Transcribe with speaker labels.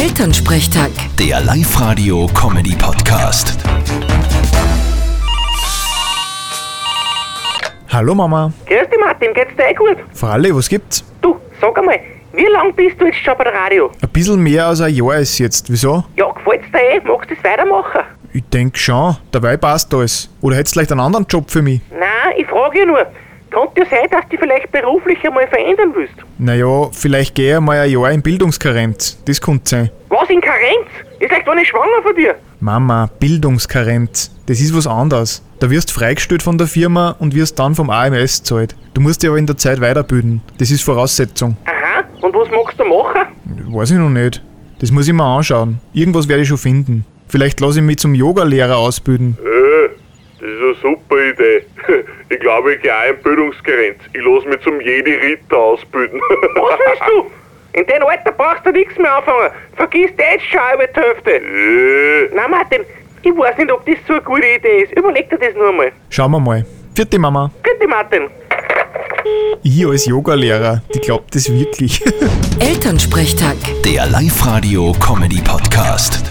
Speaker 1: Elternsprechtag.
Speaker 2: Der Live-Radio-Comedy-Podcast.
Speaker 3: Hallo Mama.
Speaker 4: Grüß dich, Martin, geht's dir eh gut?
Speaker 3: Fralle, was gibt's?
Speaker 4: Du, sag einmal, wie lang bist du jetzt schon bei der Radio?
Speaker 3: Ein bisschen mehr als ein Jahr ist jetzt. Wieso?
Speaker 4: Ja, gefällt's dir eh? Magst du es weitermachen?
Speaker 3: Ich denk schon, dabei passt alles. Oder hättest vielleicht einen anderen Job für mich?
Speaker 4: Nein, ich frage ja nur. Könnte ja sein, dass du dich vielleicht beruflich einmal verändern willst.
Speaker 3: Naja, vielleicht gehe ich mal ein Jahr in Bildungskarenz. Das könnte sein.
Speaker 4: Was, in Karenz? Ist echt doch nicht schwanger von dir?
Speaker 3: Mama, Bildungskarenz. Das ist was anderes. Da wirst freigestellt von der Firma und wirst dann vom AMS zahlt. Du musst dich aber in der Zeit weiterbilden. Das ist Voraussetzung.
Speaker 4: Aha, und was magst du machen?
Speaker 3: Weiß ich noch nicht. Das muss ich mir anschauen. Irgendwas werde ich schon finden. Vielleicht lasse ich mich zum Yogalehrer ausbilden.
Speaker 5: Äh, das ist eine super Idee. Ich glaube, ich gehe auch in Bildungsgrenz. Ich lasse mich zum Jedi-Ritter ausbilden.
Speaker 4: Was willst du? In dem Alter brauchst du nichts mehr anfangen. Vergiss das jetzt schon über die Hälfte.
Speaker 5: Äh,
Speaker 4: Nein, Martin, ich weiß nicht, ob das so eine gute Idee ist. Überleg dir das nur mal.
Speaker 3: Schauen wir mal. Vierte Mama.
Speaker 4: Bitte, Martin.
Speaker 3: Ich als Yogalehrer, die glaubt das wirklich.
Speaker 1: Elternsprechtag.
Speaker 2: Der Live-Radio-Comedy-Podcast.